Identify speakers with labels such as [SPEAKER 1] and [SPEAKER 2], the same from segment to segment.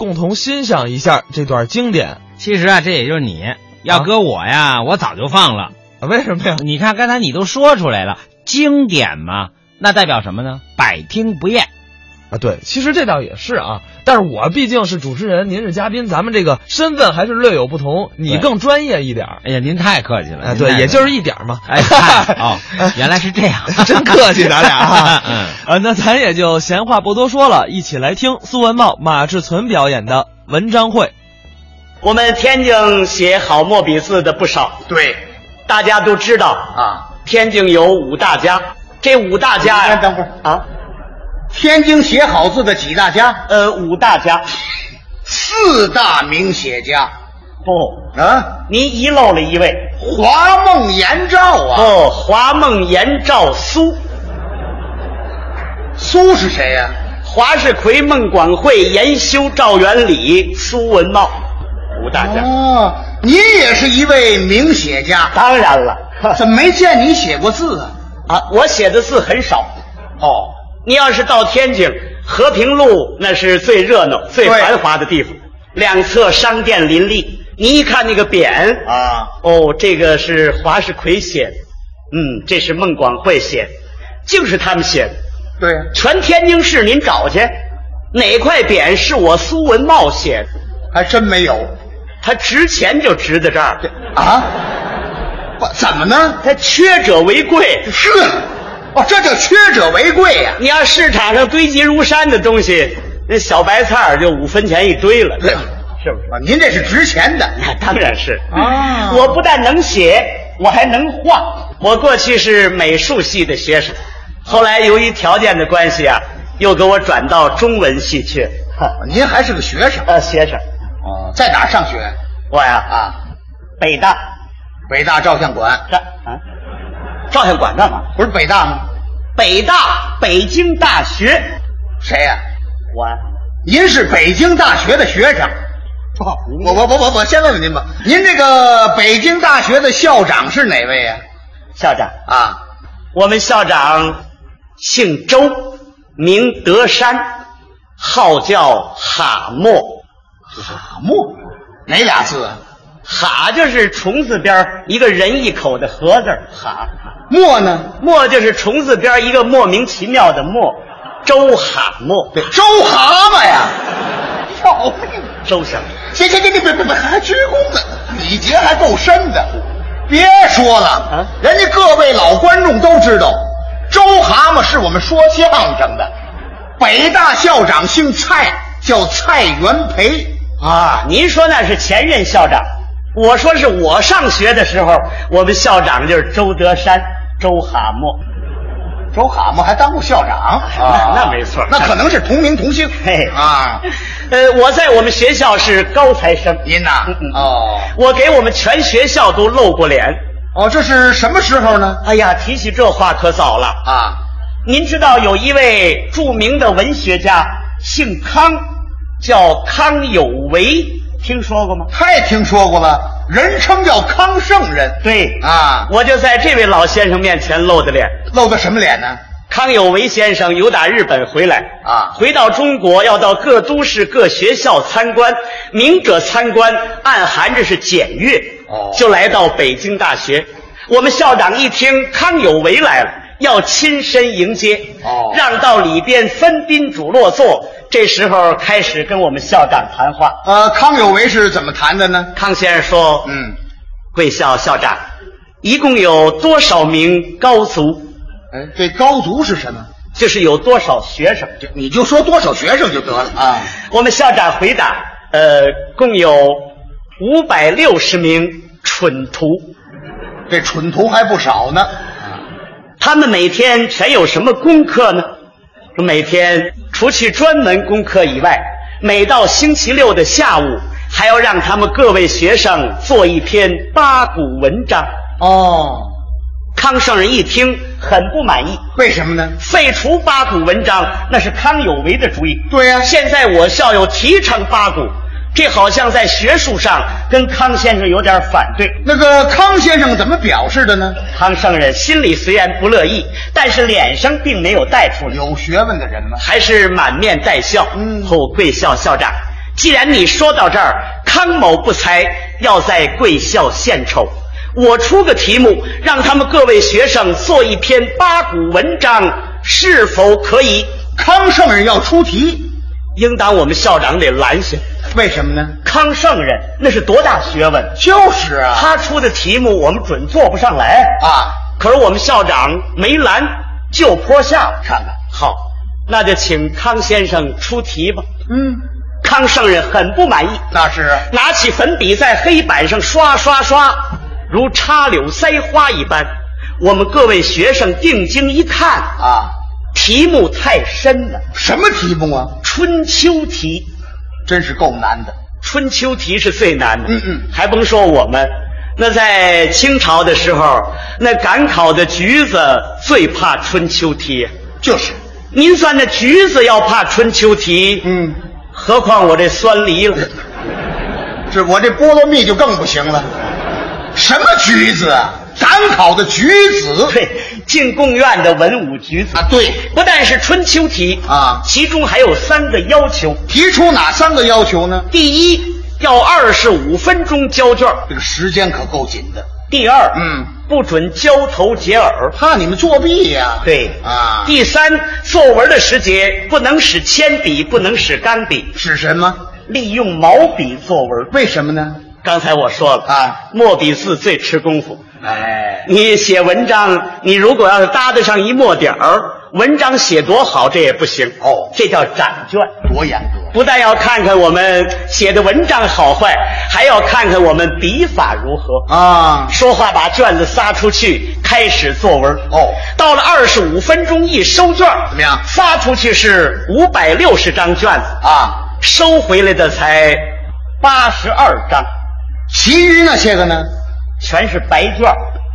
[SPEAKER 1] 共同欣赏一下这段经典。
[SPEAKER 2] 其实啊，这也就是你。要搁我呀，我早就放了。
[SPEAKER 1] 啊为什么呀？
[SPEAKER 2] 你看刚才你都说出来了，经典嘛，那代表什么呢？百听不厌。
[SPEAKER 1] 啊，对，其实这倒也是啊，但是我毕竟是主持人，您是嘉宾，咱们这个身份还是略有不同，你
[SPEAKER 2] 对
[SPEAKER 1] 更专业一点儿。
[SPEAKER 2] 哎呀，您太客气了。
[SPEAKER 1] 啊，
[SPEAKER 2] 您
[SPEAKER 1] 对，
[SPEAKER 2] 太
[SPEAKER 1] 也
[SPEAKER 2] 客气
[SPEAKER 1] 就是一点儿嘛。，
[SPEAKER 2] 哎嗨哦，原来是这样。
[SPEAKER 1] 真客气，咱俩啊
[SPEAKER 2] 嗯，
[SPEAKER 1] 呃，那咱也就闲话不多说了，一起来听苏文茂、马志存表演的文章会。
[SPEAKER 3] 我们天津写好墨笔字的不少，
[SPEAKER 4] 对
[SPEAKER 3] 大家都知道啊。
[SPEAKER 4] 啊，
[SPEAKER 3] 天津有五大家，这五大家呀、
[SPEAKER 4] 哎等会儿
[SPEAKER 3] 啊，
[SPEAKER 4] 天津写好字的几大家，
[SPEAKER 3] 呃，五大家，
[SPEAKER 4] 四大名写家
[SPEAKER 3] 不，
[SPEAKER 4] 啊，
[SPEAKER 3] 您遗漏了一位
[SPEAKER 4] 华梦颜照啊，
[SPEAKER 3] 哦，华梦颜赵苏，
[SPEAKER 4] 苏是谁呀、
[SPEAKER 3] 华世奎、孟广惠、严修、赵元礼、苏文茂，五大家。
[SPEAKER 4] 哦，你也是一位名写家，
[SPEAKER 3] 当然了，
[SPEAKER 4] 怎么没见你写过字啊？
[SPEAKER 3] 啊，我写的字很少。
[SPEAKER 4] 哦，
[SPEAKER 3] 你要是到天津和平路，那是最热闹、最
[SPEAKER 4] 对
[SPEAKER 3] 繁华的地方，两侧商店林立。你一看那个匾
[SPEAKER 4] 啊，
[SPEAKER 3] 哦，这个是华世奎写的，嗯，这是孟广惠写的，竟是他们写的。
[SPEAKER 4] 对，
[SPEAKER 3] 全天津市您找去，哪块匾是我苏文茂写的？
[SPEAKER 4] 还真没有
[SPEAKER 3] 他值钱就值在这儿，
[SPEAKER 4] 啊，不怎么呢？
[SPEAKER 3] 他缺者为贵。
[SPEAKER 4] 是，哦，这叫缺者为贵呀、
[SPEAKER 3] 你要市场上堆积如山的东西，那小白菜儿就五分钱一堆了，
[SPEAKER 4] 对
[SPEAKER 3] 是不是？
[SPEAKER 4] 啊，您这是值钱的
[SPEAKER 3] 那当然是
[SPEAKER 4] 啊
[SPEAKER 3] 我不但能写，我还能画。我过去是美术系的学生，后来由于条件的关系啊，又给我转到中文系去。
[SPEAKER 4] 哦您还是个学生
[SPEAKER 3] 呃，学生，
[SPEAKER 4] 哦，在哪儿上学
[SPEAKER 3] 我呀，
[SPEAKER 4] 啊？
[SPEAKER 3] 北大
[SPEAKER 4] 北大照相馆
[SPEAKER 3] 这啊，照相馆干嘛？
[SPEAKER 4] 不是北大吗？
[SPEAKER 3] 北大，北京大学。
[SPEAKER 4] 谁呀、
[SPEAKER 3] 我呀
[SPEAKER 4] 您是北京大学的学生。我我我我我先问问您吧，您这个北京大学的校长是哪位呀、
[SPEAKER 3] 校长，
[SPEAKER 4] 啊？
[SPEAKER 3] 我们校长姓周，名德山，号叫哈默。
[SPEAKER 4] 哈木，哪俩字啊？
[SPEAKER 3] 哈就是虫字边儿一个人一口的和字儿哈，
[SPEAKER 4] 墨呢？
[SPEAKER 3] 莫就是虫字边儿一个莫名其妙的莫，周哈莫，
[SPEAKER 4] 对，周蛤蟆呀！有病！
[SPEAKER 3] 周先生，
[SPEAKER 4] 行行行，你别别别，还鞠躬呢，礼节还够深的。别说了，
[SPEAKER 3] 啊
[SPEAKER 4] 人家各位老观众都知道，周蛤蟆是我们说相声的，北大校长姓蔡，叫蔡元培啊。
[SPEAKER 3] 您说那是前任校长，我说是我上学的时候，我们校长就是周德山，周哈莫。
[SPEAKER 4] 周蛤蟆还当过校长啊，
[SPEAKER 3] 那那没错
[SPEAKER 4] 那可能是同名同姓
[SPEAKER 3] 嘿
[SPEAKER 4] 啊。
[SPEAKER 3] 呃，我在我们学校是高材生，
[SPEAKER 4] 您呐
[SPEAKER 3] 嗯嗯，
[SPEAKER 4] 哦
[SPEAKER 3] 我给我们全学校都露过脸。
[SPEAKER 4] 哦，这是什么时候呢？
[SPEAKER 3] 哎呀，提起这话可早了。
[SPEAKER 4] 啊，
[SPEAKER 3] 您知道有一位著名的文学家，姓康，叫康有为，听说过吗？
[SPEAKER 4] 太听说过了，人称叫康圣人。
[SPEAKER 3] 对
[SPEAKER 4] 啊，
[SPEAKER 3] 我就在这位老先生面前露的脸。
[SPEAKER 4] 露的什么脸呢？
[SPEAKER 3] 康有为先生由打日本回来
[SPEAKER 4] 啊
[SPEAKER 3] 回到中国要到各都市、各学校参观，明者参观，暗含着是检阅，
[SPEAKER 4] 哦
[SPEAKER 3] 就来到北京大学。我们校长一听康有为来了，要亲身迎接，
[SPEAKER 4] 哦
[SPEAKER 3] 让到里边分宾主落座。这时候开始跟我们校长谈话，
[SPEAKER 4] 呃，康有为是怎么谈的呢？
[SPEAKER 3] 康先生说：“
[SPEAKER 4] 嗯，
[SPEAKER 3] 贵校校长，一共有多少名高足？
[SPEAKER 4] 哎，这高足是什么？
[SPEAKER 3] 就是有多少学生？”
[SPEAKER 4] 就你就说多少学生就得了啊。
[SPEAKER 3] 我们校长回答：呃，共有五百六十名蠢徒，
[SPEAKER 4] 这蠢徒还不少呢。
[SPEAKER 3] 他们每天全有什么功课呢？说每天除去专门功课以外，每到星期六的下午，还要让他们各位学生做一篇八股文章。
[SPEAKER 4] 哦，
[SPEAKER 3] 康圣人一听很不满意，
[SPEAKER 4] 为什么呢？
[SPEAKER 3] 废除八股文章那是康有为的主意。
[SPEAKER 4] 对呀
[SPEAKER 3] 现在我校又提倡八股，这好像在学术上跟康先生有点反对。
[SPEAKER 4] 那个康先生怎么表示的呢？
[SPEAKER 3] 康圣人心里虽然不乐意，但是脸上并没有带出来，
[SPEAKER 4] 有学问的人吗？
[SPEAKER 3] 还是满面带笑。
[SPEAKER 4] 嗯
[SPEAKER 3] 后贵校校长，既然你说到这儿，康某不才要在贵校献丑，我出个题目，让他们各位学生做一篇八股文章，是否可以？
[SPEAKER 4] 康圣人要出题，
[SPEAKER 3] 应当我们校长得拦下。
[SPEAKER 4] 为什么呢？
[SPEAKER 3] 康圣人那是多大学问，
[SPEAKER 4] 就是啊，
[SPEAKER 3] 他出的题目我们准做不上来
[SPEAKER 4] 啊，
[SPEAKER 3] 可是我们校长没拦，就坡下了。
[SPEAKER 4] 看看，
[SPEAKER 3] 好，那就请康先生出题吧。
[SPEAKER 4] 嗯，
[SPEAKER 3] 康圣人很不满意，
[SPEAKER 4] 那是啊
[SPEAKER 3] 拿起粉笔在黑板上刷刷刷，如插柳塞花一般。我们各位学生定睛一看，
[SPEAKER 4] 啊，
[SPEAKER 3] 题目太深了，
[SPEAKER 4] 什么题目啊？
[SPEAKER 3] 春秋题。
[SPEAKER 4] 真是够难的。
[SPEAKER 3] 春秋题是最难的，
[SPEAKER 4] 嗯嗯
[SPEAKER 3] 还甭说我们，那在清朝的时候，那赶考的橘子最怕春秋题。
[SPEAKER 4] 就是，
[SPEAKER 3] 您算那橘子要怕春秋题，
[SPEAKER 4] 嗯，
[SPEAKER 3] 何况我这酸梨 了。
[SPEAKER 4] 这我这菠萝蜜就更不行了。什么橘子啊？赶考的橘子
[SPEAKER 3] 对，进贡院的文武举子
[SPEAKER 4] 啊，对，
[SPEAKER 3] 不但是春秋题
[SPEAKER 4] 啊
[SPEAKER 3] 其中还有三个要求：
[SPEAKER 4] 提出哪三个要求呢？
[SPEAKER 3] 第一，要二十五分钟交卷儿；
[SPEAKER 4] 这个时间可够紧的，
[SPEAKER 3] 第二，
[SPEAKER 4] 嗯，
[SPEAKER 3] 不准交头接耳；
[SPEAKER 4] 怕你们作弊呀、
[SPEAKER 3] 对
[SPEAKER 4] 啊，
[SPEAKER 3] 第三，作文的时节不能使铅笔，不能使钢笔，
[SPEAKER 4] 使什么？
[SPEAKER 3] 利用毛笔作文。
[SPEAKER 4] 为什么呢？
[SPEAKER 3] 刚才我说了
[SPEAKER 4] 啊，
[SPEAKER 3] 墨笔字最吃功夫。
[SPEAKER 4] 哎，
[SPEAKER 3] 你写文章，你如果要是搭得上一墨点儿，文章写多好这也不行
[SPEAKER 4] 哦
[SPEAKER 3] 这叫展卷。
[SPEAKER 4] 多严格！
[SPEAKER 3] 不但要看看我们写的文章好坏，还要看看我们笔法如何。
[SPEAKER 4] 啊，
[SPEAKER 3] 说话把卷子撒出去，开始作文。
[SPEAKER 4] 哦
[SPEAKER 3] 到了二十五分钟一收卷，
[SPEAKER 4] 怎么样
[SPEAKER 3] 发出去是五百六十张卷子，
[SPEAKER 4] 啊，
[SPEAKER 3] 收回来的才八十二张，
[SPEAKER 4] 其余那些个呢，
[SPEAKER 3] 全是白卷，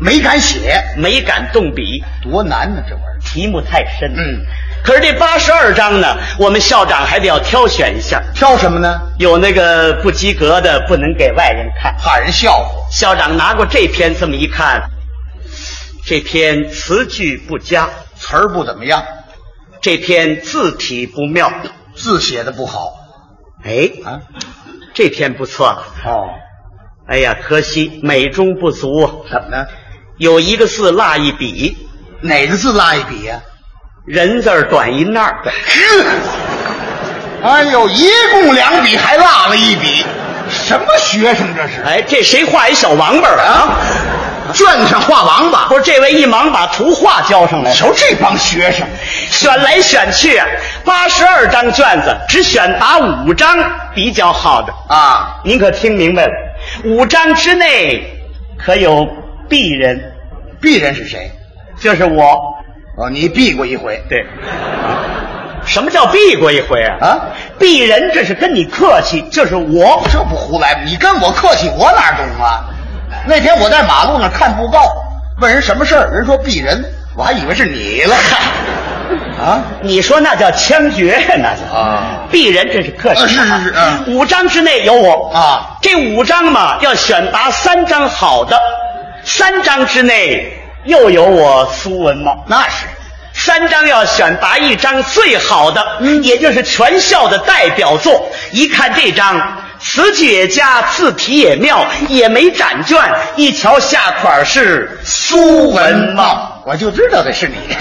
[SPEAKER 4] 没敢写，
[SPEAKER 3] 没敢动笔，
[SPEAKER 4] 多难呢、这玩意儿。
[SPEAKER 3] 题目太深。
[SPEAKER 4] 嗯，
[SPEAKER 3] 可是这八十二张呢，我们校长还得要挑选一下，
[SPEAKER 4] 挑什么呢？
[SPEAKER 3] 有那个不及格的不能给外人看。
[SPEAKER 4] 怕人笑话。
[SPEAKER 3] 校长拿过这篇这么一看，这篇词句不佳，
[SPEAKER 4] 词儿不怎么样，
[SPEAKER 3] 这篇字体不妙。
[SPEAKER 4] 字写的不好
[SPEAKER 3] 哎，
[SPEAKER 4] 啊。
[SPEAKER 3] 这篇不错。
[SPEAKER 4] 哦，
[SPEAKER 3] 哎呀，可惜美中不足啊，
[SPEAKER 4] 怎么呢？
[SPEAKER 3] 有一个字落一笔，
[SPEAKER 4] 哪个字落一笔呀、
[SPEAKER 3] 人字儿短一捺 儿。
[SPEAKER 4] 哎呦，一共两笔，还落了一笔，什么学生这是？
[SPEAKER 3] 哎，这谁画一小王八儿啊？
[SPEAKER 4] 卷子上画王八，
[SPEAKER 3] 不是，这位一忙把图画交上来了。
[SPEAKER 4] 啊瞧这帮学生，
[SPEAKER 3] 选来选去啊，八十二张卷子，只选拔五张比较好的。
[SPEAKER 4] 啊，
[SPEAKER 3] 您可听明白了？五章之内可有鄙人，
[SPEAKER 4] 鄙人是谁？
[SPEAKER 3] 就是我。
[SPEAKER 4] 哦，你避过一回
[SPEAKER 3] 对，什么叫避过一回啊？
[SPEAKER 4] 啊？
[SPEAKER 3] 鄙人这是跟你客气，就是我。
[SPEAKER 4] 这不胡来吗？你跟我客气，我哪懂啊？那天我在马路上看布告，问人什么事儿，人说鄙人，我还以为是你 了。啊，
[SPEAKER 3] 你说那叫枪决，那叫
[SPEAKER 4] 啊
[SPEAKER 3] 鄙人这是客气、
[SPEAKER 4] 啊是是是嗯
[SPEAKER 3] 五章之内有我
[SPEAKER 4] 啊，
[SPEAKER 3] 这五章嘛，要选拔三张好的，三章之内又有我苏文茂。
[SPEAKER 4] 那是
[SPEAKER 3] 三张要选拔一张最好的，也就是全校的代表作。一看这张，词句也佳，字体也妙，也没展卷。一瞧下款是苏文茂。，
[SPEAKER 4] 我就知道这是你。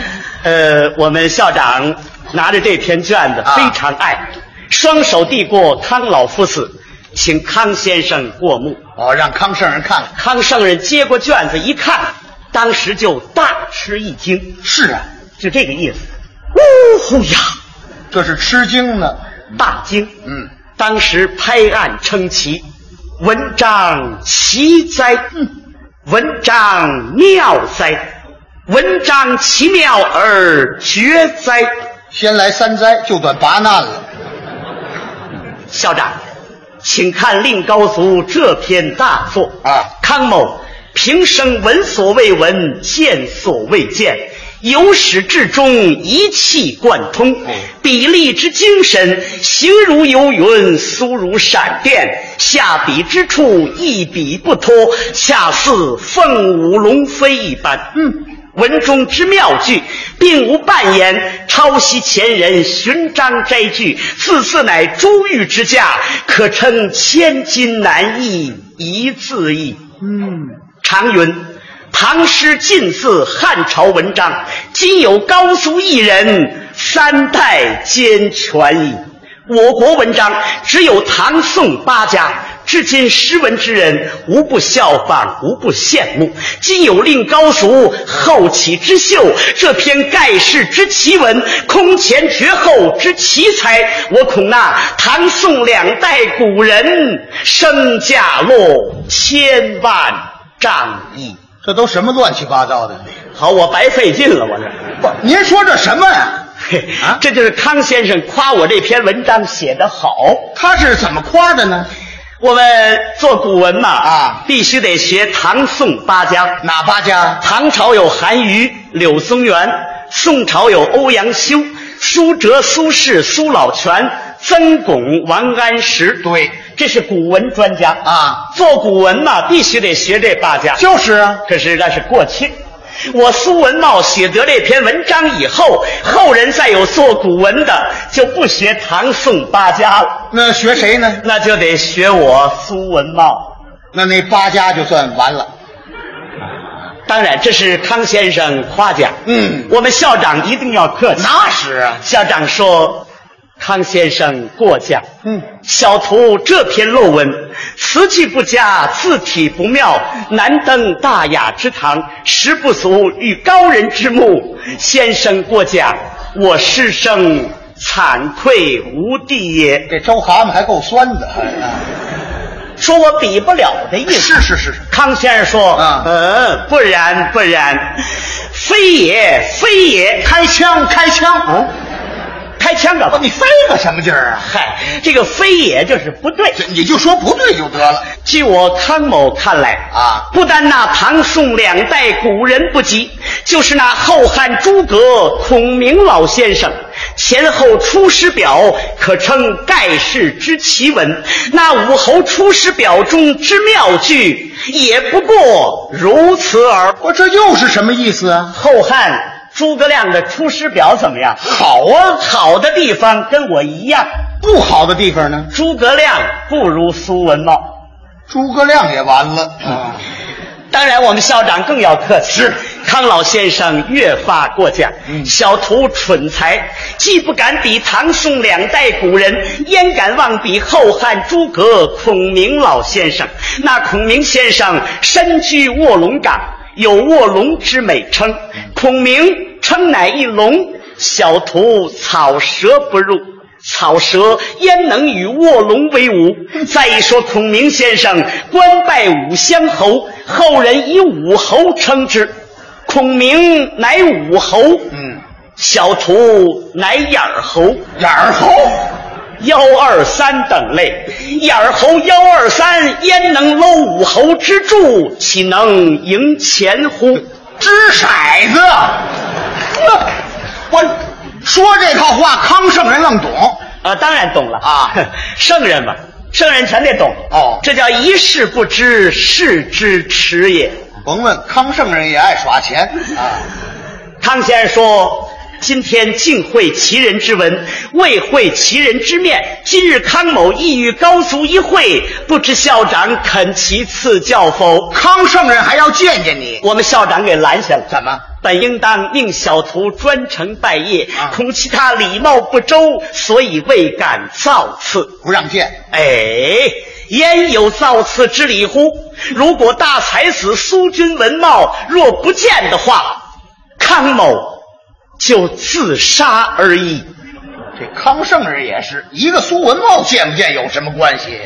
[SPEAKER 3] 呃，我们校长拿着这篇卷子
[SPEAKER 4] 啊
[SPEAKER 3] 非常爱，双手递过康老夫子，请康先生过目。
[SPEAKER 4] 哦，让康圣人看看。
[SPEAKER 3] 康圣人接过卷子一看，当时就大吃一惊，
[SPEAKER 4] 是啊，
[SPEAKER 3] 就这个意思。呜呼呀，
[SPEAKER 4] 这是吃惊呢。
[SPEAKER 3] 大惊！
[SPEAKER 4] 嗯，
[SPEAKER 3] 当时拍案称奇，文章奇哉，文章妙哉，文章奇妙而绝哉。
[SPEAKER 4] 先来三灾，就算拔难了。
[SPEAKER 3] 校长，请看令高足这篇大作
[SPEAKER 4] 啊
[SPEAKER 3] 康某平生闻所未闻，见所未见，由始至终一气贯通
[SPEAKER 4] 哎，
[SPEAKER 3] 笔力之精神，行如游云，苏如闪电，下笔之处一笔不脱，恰似凤舞龙飞一般。
[SPEAKER 4] 嗯，
[SPEAKER 3] 文中之妙句，并无扮演抄袭前人、寻章摘句，字字乃珠玉之价，可称千金难易一字易。常云：“唐诗近似汉朝文章，今有高俗一人，三代兼全矣。”我国文章只有唐宋八家，至今诗文之人无不效仿，无不羡慕。今有令高俗，后起之秀，这篇盖世之奇文，空前绝后之奇才，我恐那唐宋两代古人身价落千万丈矣。
[SPEAKER 4] 嗯这都什么乱七八糟的？
[SPEAKER 3] 好，我白费劲了，我这。
[SPEAKER 4] 不，您说这什么呀？
[SPEAKER 3] 嘿
[SPEAKER 4] 啊
[SPEAKER 3] 这就是康先生夸我这篇文章写得好。
[SPEAKER 4] 他是怎么夸的呢？
[SPEAKER 3] 我们做古文嘛，
[SPEAKER 4] 啊
[SPEAKER 3] 必须得学唐宋八家。
[SPEAKER 4] 哪八家？
[SPEAKER 3] 唐朝有韩愈、柳宗元，宋朝有欧阳修、苏辙、苏轼、苏老泉、曾巩、王安石。
[SPEAKER 4] 对，
[SPEAKER 3] 这是古文专家
[SPEAKER 4] 啊。
[SPEAKER 3] 做古文嘛，必须得学这八家。
[SPEAKER 4] 就是啊，
[SPEAKER 3] 可是那是过去。我苏文茂写得这篇文章以后，后人再有做古文的，就不学唐宋八家了，
[SPEAKER 4] 那学谁呢？
[SPEAKER 3] 那就得学我苏文茂。
[SPEAKER 4] 那那八家就算完了。
[SPEAKER 3] 当然，这是康先生夸奖。
[SPEAKER 4] 嗯
[SPEAKER 3] 我们校长一定要客气。
[SPEAKER 4] 那是啊，
[SPEAKER 3] 校长说，康先生过奖。
[SPEAKER 4] 嗯，
[SPEAKER 3] 小徒这篇漏文，词句不佳，字体不妙，难登大雅之堂，实不足与高人之目。先生过奖，我师生惭愧无地也。
[SPEAKER 4] 这周蛤蟆还够酸的。哎
[SPEAKER 3] 说我比不了的意
[SPEAKER 4] 哎
[SPEAKER 3] 思。
[SPEAKER 4] 是是是是，
[SPEAKER 3] 康先生说：“
[SPEAKER 4] 啊
[SPEAKER 3] 嗯，不然不然，非也非也，
[SPEAKER 4] 开枪开枪！
[SPEAKER 3] 啊，开枪干嘛？
[SPEAKER 4] 不，哦你飞个什么劲儿啊？
[SPEAKER 3] 嗨，这个非也就是不对。”
[SPEAKER 4] 这你就说不对就得了。
[SPEAKER 3] 据我康某看来
[SPEAKER 4] 啊
[SPEAKER 3] 不单那唐宋两代古人不及，就是那后汉诸葛孔明老先生前后《出师表》可称盖世之奇文，那武侯《出师表》中之妙句也不过如此耳。
[SPEAKER 4] 我这又是什么意思啊？
[SPEAKER 3] 后汉诸葛亮的《出师表》怎么样？好啊，好的地方跟我一样，
[SPEAKER 4] 不好的地方呢？
[SPEAKER 3] 诸葛亮不如苏文茂。
[SPEAKER 4] 诸葛亮也完了。啊，
[SPEAKER 3] 当然，我们校长更要客气。
[SPEAKER 4] 是，
[SPEAKER 3] 康老先生越发过奖。
[SPEAKER 4] 嗯
[SPEAKER 3] 小徒蠢才，既不敢比唐宋两代古人，焉敢妄比后汉诸葛孔明老先生？那孔明先生身居卧龙岗，有卧龙之美称。
[SPEAKER 4] 嗯
[SPEAKER 3] 孔明称乃一龙，小徒草蛇不入。草蛇焉能与卧龙为伍？再一说，孔明先生官拜武乡侯，后人以武侯称之。孔明乃武侯，
[SPEAKER 4] 嗯，
[SPEAKER 3] 小徒乃眼儿侯，
[SPEAKER 4] 眼儿猴，
[SPEAKER 3] 幺二三等类。眼儿侯幺二三，焉能搂武侯之柱？岂能赢钱乎？
[SPEAKER 4] 掷骰子。我说这套话，康圣人愣懂。
[SPEAKER 3] 啊，当然懂了
[SPEAKER 4] 啊，
[SPEAKER 3] 圣人嘛，圣人全得懂
[SPEAKER 4] 哦
[SPEAKER 3] 这叫一事不知，是之耻也。
[SPEAKER 4] 甭问，康圣人也爱耍钱啊。
[SPEAKER 3] 康先生说：“今天竟会其人之文，未会其人之面。今日康某意欲高足一会，不知校长肯其赐教否
[SPEAKER 4] 康圣人还要见见你？”，
[SPEAKER 3] 我们校长给拦下了。
[SPEAKER 4] 怎么？
[SPEAKER 3] 本应当命小徒专程拜谒，
[SPEAKER 4] 啊
[SPEAKER 3] 恐其他礼貌不周，所以未敢造次。
[SPEAKER 4] 不让见？
[SPEAKER 3] 哎，焉有造次之理乎？如果大才子苏君文茂若不见的话，康某就自杀而已。
[SPEAKER 4] 这康圣人也是一个苏文茂见不见有什么关系？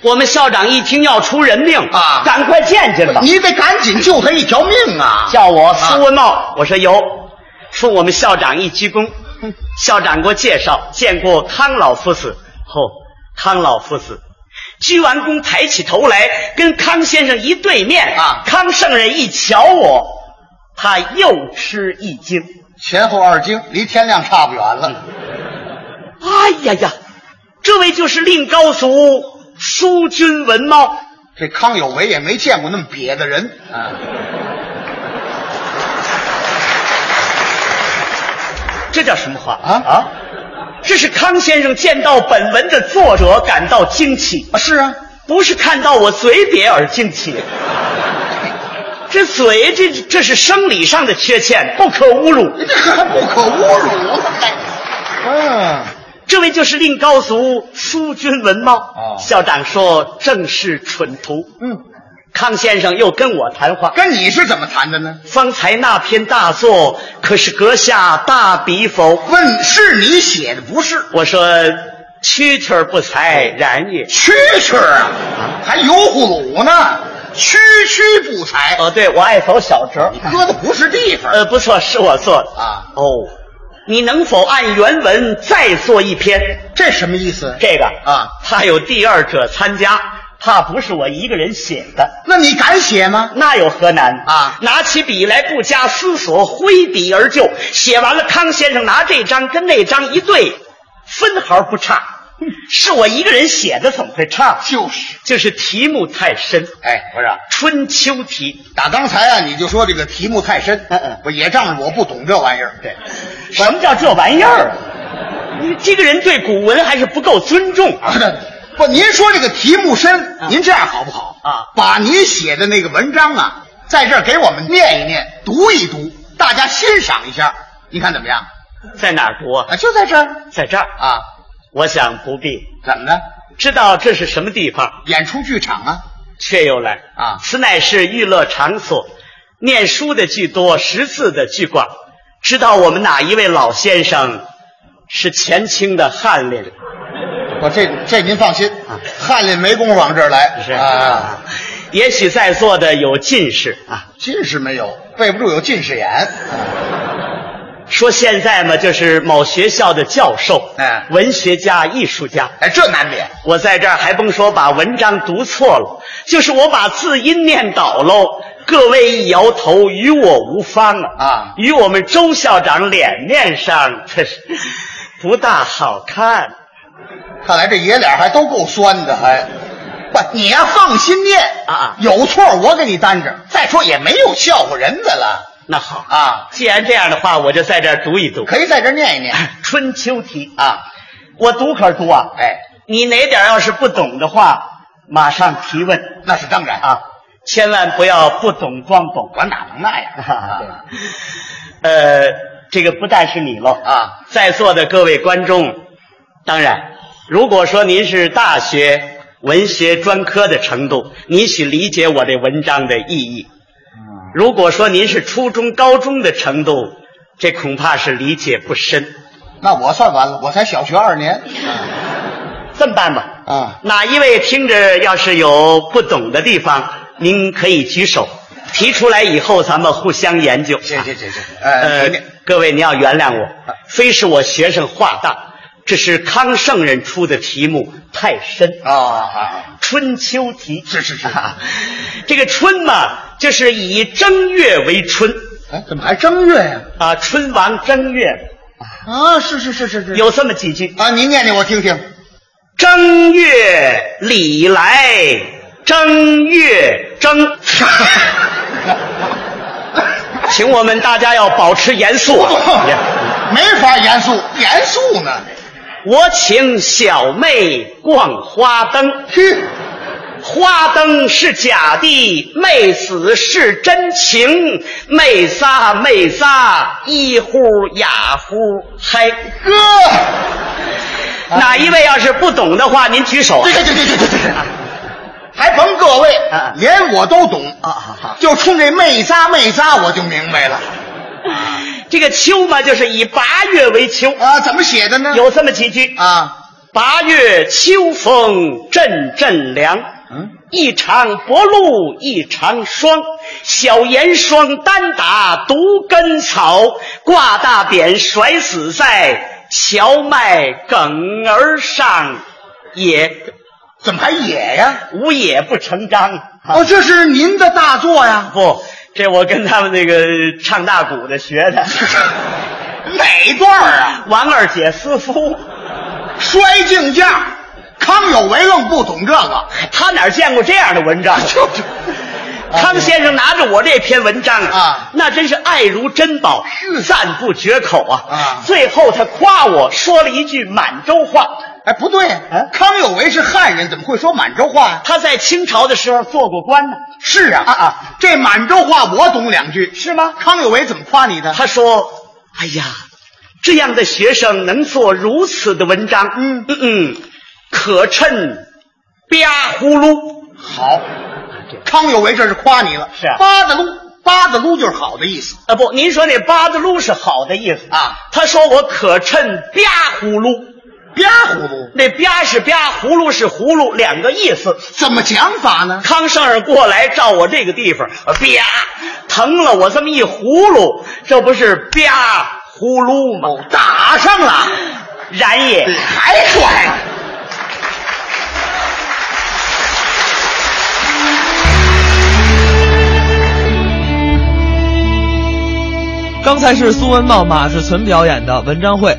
[SPEAKER 3] 我们校长一听要出人命
[SPEAKER 4] 啊
[SPEAKER 3] 赶快见见吧！
[SPEAKER 4] 你得赶紧救他一条命 啊！
[SPEAKER 3] 叫我苏文茂，我说有，冲我们校长一鞠躬。校长给我介绍，见过康老夫子。哦，康老夫子，鞠完躬抬起头来，跟康先生一对面
[SPEAKER 4] 啊
[SPEAKER 3] 康圣人一瞧我，他又吃一惊。
[SPEAKER 4] 前后二经离天亮差不远了。
[SPEAKER 3] 哎呀呀，这位就是令高俗苏君文茂。
[SPEAKER 4] 这康有为也没见过那么瘪的人啊！
[SPEAKER 3] 这叫什么话
[SPEAKER 4] 啊
[SPEAKER 3] 啊！这是康先生见到本文的作者感到惊奇，
[SPEAKER 4] 啊，是啊，
[SPEAKER 3] 不是看到我嘴瘪而惊奇。这嘴，这这是生理上的缺陷，不可侮辱。
[SPEAKER 4] 这还不可侮辱呢，还，嗯，
[SPEAKER 3] 这位就是令高俗苏君文猫。
[SPEAKER 4] 哦
[SPEAKER 3] 校长说正是蠢徒。
[SPEAKER 4] 嗯，
[SPEAKER 3] 康先生又跟我谈话，
[SPEAKER 4] 跟你是怎么谈的呢？
[SPEAKER 3] 方才那篇大作可是阁下大笔否？
[SPEAKER 4] 问是你写的不是？
[SPEAKER 3] 我说蛐蛐儿不才，然也。
[SPEAKER 4] 蛐蛐儿啊，还油葫芦呢，区区不才，
[SPEAKER 3] 哦，对，我爱否小折。
[SPEAKER 4] 搁的不是地方。
[SPEAKER 3] 呃，不错，是我做的
[SPEAKER 4] 啊
[SPEAKER 3] 哦，你能否按原文再做一篇？
[SPEAKER 4] 这什么意思？
[SPEAKER 3] 这个
[SPEAKER 4] 啊
[SPEAKER 3] 怕有第二者参加，怕不是我一个人写的。
[SPEAKER 4] 那你敢写吗？
[SPEAKER 3] 那有何难
[SPEAKER 4] 啊
[SPEAKER 3] 拿起笔来，不加思索，挥笔而就。写完了，康先生拿这张跟那张一对，分毫不差。是我一个人写的，怎么会差？
[SPEAKER 4] 就是，
[SPEAKER 3] 就是题目太深，
[SPEAKER 4] 哎，不是啊，
[SPEAKER 3] 春秋题。
[SPEAKER 4] 打刚才啊，你就说这个题目太深，
[SPEAKER 3] 嗯嗯
[SPEAKER 4] 我也仗着我不懂这玩意儿。对，
[SPEAKER 3] 什么叫这玩意儿啊？你这个人对古文还是不够尊重啊！
[SPEAKER 4] 啊，不，您说这个题目深，您这样好不好
[SPEAKER 3] 啊
[SPEAKER 4] 把您写的那个文章啊，在这儿给我们念一念，读一读，大家欣赏一下，你看怎么样？
[SPEAKER 3] 在哪儿读啊？
[SPEAKER 4] 啊，就在这儿
[SPEAKER 3] 在这儿啊！
[SPEAKER 4] 啊，
[SPEAKER 3] 我想不必
[SPEAKER 4] 怎么呢？
[SPEAKER 3] 知道这是什么地方，
[SPEAKER 4] 演出剧场啊，
[SPEAKER 3] 却又来
[SPEAKER 4] 啊
[SPEAKER 3] 此乃是娱乐场所，念书的居多，识字的居广。知道我们哪一位老先生是前清的翰林？
[SPEAKER 4] 我哦这这您放心，翰林没工夫往这儿来，
[SPEAKER 3] 是
[SPEAKER 4] 啊，
[SPEAKER 3] 也许在座的有进士啊。
[SPEAKER 4] 近视没有，背不住有近视眼。
[SPEAKER 3] 说现在嘛，就是某学校的教授，
[SPEAKER 4] 哎
[SPEAKER 3] 文学家、艺术家。
[SPEAKER 4] 哎，这难免。
[SPEAKER 3] 我在这儿还甭说把文章读错了，就是我把字音念倒喽，各位一摇头，与我无方啊！
[SPEAKER 4] 啊
[SPEAKER 3] 与我们周校长脸面上这是不大好看。
[SPEAKER 4] 看来这爷俩还都够酸的，还不你呀、放心念
[SPEAKER 3] 啊
[SPEAKER 4] 有错我给你担着。再说也没有笑话人的了
[SPEAKER 3] 那好，
[SPEAKER 4] 啊，
[SPEAKER 3] 既然这样的话，我就在这儿读一读《
[SPEAKER 4] 可以 在这儿念一念
[SPEAKER 3] 春秋题》啊，
[SPEAKER 4] 啊。
[SPEAKER 3] 我读可读啊！
[SPEAKER 4] 哎，
[SPEAKER 3] 你哪点要是不懂的话，马上提问
[SPEAKER 4] 那是当然
[SPEAKER 3] 啊，千万不要不懂装懂。
[SPEAKER 4] 我哪能那样 啊？
[SPEAKER 3] 呃，这个不但是你喽
[SPEAKER 4] 啊，
[SPEAKER 3] 在座的各位观众，当然，如果说您是大学文学专科的程度，您许理解我这文章的意义；
[SPEAKER 4] 嗯
[SPEAKER 3] 如果说您是初中、高中的程度，这恐怕是理解不深。
[SPEAKER 4] 那我算完了，我才小学二年
[SPEAKER 3] 这么办吧，
[SPEAKER 4] 啊。
[SPEAKER 3] 哪一位听着要是有不懂的地方，您可以举手，提出来以后咱们互相研究。
[SPEAKER 4] 行行行行，呃，
[SPEAKER 3] 呃
[SPEAKER 4] 您，啊
[SPEAKER 3] 各位，您要原谅我，非是我学生话大，这是康圣人出的题目太深，
[SPEAKER 4] 啊啊，
[SPEAKER 3] 春秋题
[SPEAKER 4] 是是是。
[SPEAKER 3] 啊。 这个春嘛，就是以正月为春
[SPEAKER 4] 哎，怎么还正月呀？
[SPEAKER 3] 啊，春王正月
[SPEAKER 4] 啊，是是是是是。
[SPEAKER 3] 有这么几句：
[SPEAKER 4] 啊，您念念我听听。
[SPEAKER 3] 正月里来，正月正。请我们大家要保持严肃
[SPEAKER 4] 哎
[SPEAKER 3] 啊！
[SPEAKER 4] 没法严肃，严肃呢。
[SPEAKER 3] 我请小妹逛花灯。
[SPEAKER 4] 去，
[SPEAKER 3] 花灯是假的，妹子是真情，妹仨妹仨，一呼雅呼嗨。
[SPEAKER 4] 哥，
[SPEAKER 3] 哪一位要是不懂的话，您举手
[SPEAKER 4] 对。对对对对对对，还甭各位
[SPEAKER 3] 啊，
[SPEAKER 4] 连我都懂
[SPEAKER 3] 啊啊啊
[SPEAKER 4] 就冲这妹仨妹仨，我就明白了
[SPEAKER 3] 这个秋嘛，就是以八月为秋，
[SPEAKER 4] 啊，怎么写的呢？
[SPEAKER 3] 有这么几句：
[SPEAKER 4] 啊，
[SPEAKER 3] 八月秋风阵阵凉。
[SPEAKER 4] 嗯，
[SPEAKER 3] 一场薄露一场霜，小檐霜单打独根草，挂大匾甩死在荞麦梗儿上，也
[SPEAKER 4] 怎么还野呀？
[SPEAKER 3] 无也不成章。
[SPEAKER 4] 哦，这是您的大作呀？
[SPEAKER 3] 不，这我跟他们那个唱大鼓的学 的，
[SPEAKER 4] 哪段儿啊？
[SPEAKER 3] 王二姐思夫，
[SPEAKER 4] 摔镜架，康有为愣不懂这个，
[SPEAKER 3] 他哪见过这样的文章？ 康先生拿着我这篇文章
[SPEAKER 4] 啊
[SPEAKER 3] 那真是爱如珍宝，赞不绝口啊！
[SPEAKER 4] 啊
[SPEAKER 3] 最后他夸我说了一句满洲话，
[SPEAKER 4] 哎，不对，康有为是汉人，怎么会说满洲话呀？
[SPEAKER 3] 他在清朝的时候做过官呢。
[SPEAKER 4] 是啊，啊啊，这满洲话我懂两句，是吗？康有为怎么夸你的？
[SPEAKER 3] 他说：“哎呀，这样的学生能做如此的文章，
[SPEAKER 4] 嗯
[SPEAKER 3] 嗯嗯，可称吧呼噜。
[SPEAKER 4] 好，康有为这是夸你了。
[SPEAKER 3] 是啊
[SPEAKER 4] 八子撸，八子撸就是好的意思。
[SPEAKER 3] 啊，不，您说那八子噜是好的意思
[SPEAKER 4] 啊？
[SPEAKER 3] 他说我可称吧呼噜，
[SPEAKER 4] 吧葫芦
[SPEAKER 3] 那吧是吧，葫芦是葫芦，两个意思。
[SPEAKER 4] 怎么讲法呢？
[SPEAKER 3] 康圣人过来照我这个地方，啊吧，疼了我这么一葫芦，这不是吧呼噜吗？
[SPEAKER 4] 哦打上了，
[SPEAKER 3] 然也。
[SPEAKER 4] 还甩。
[SPEAKER 1] 刚才是苏文茂、马志存表演的文章会，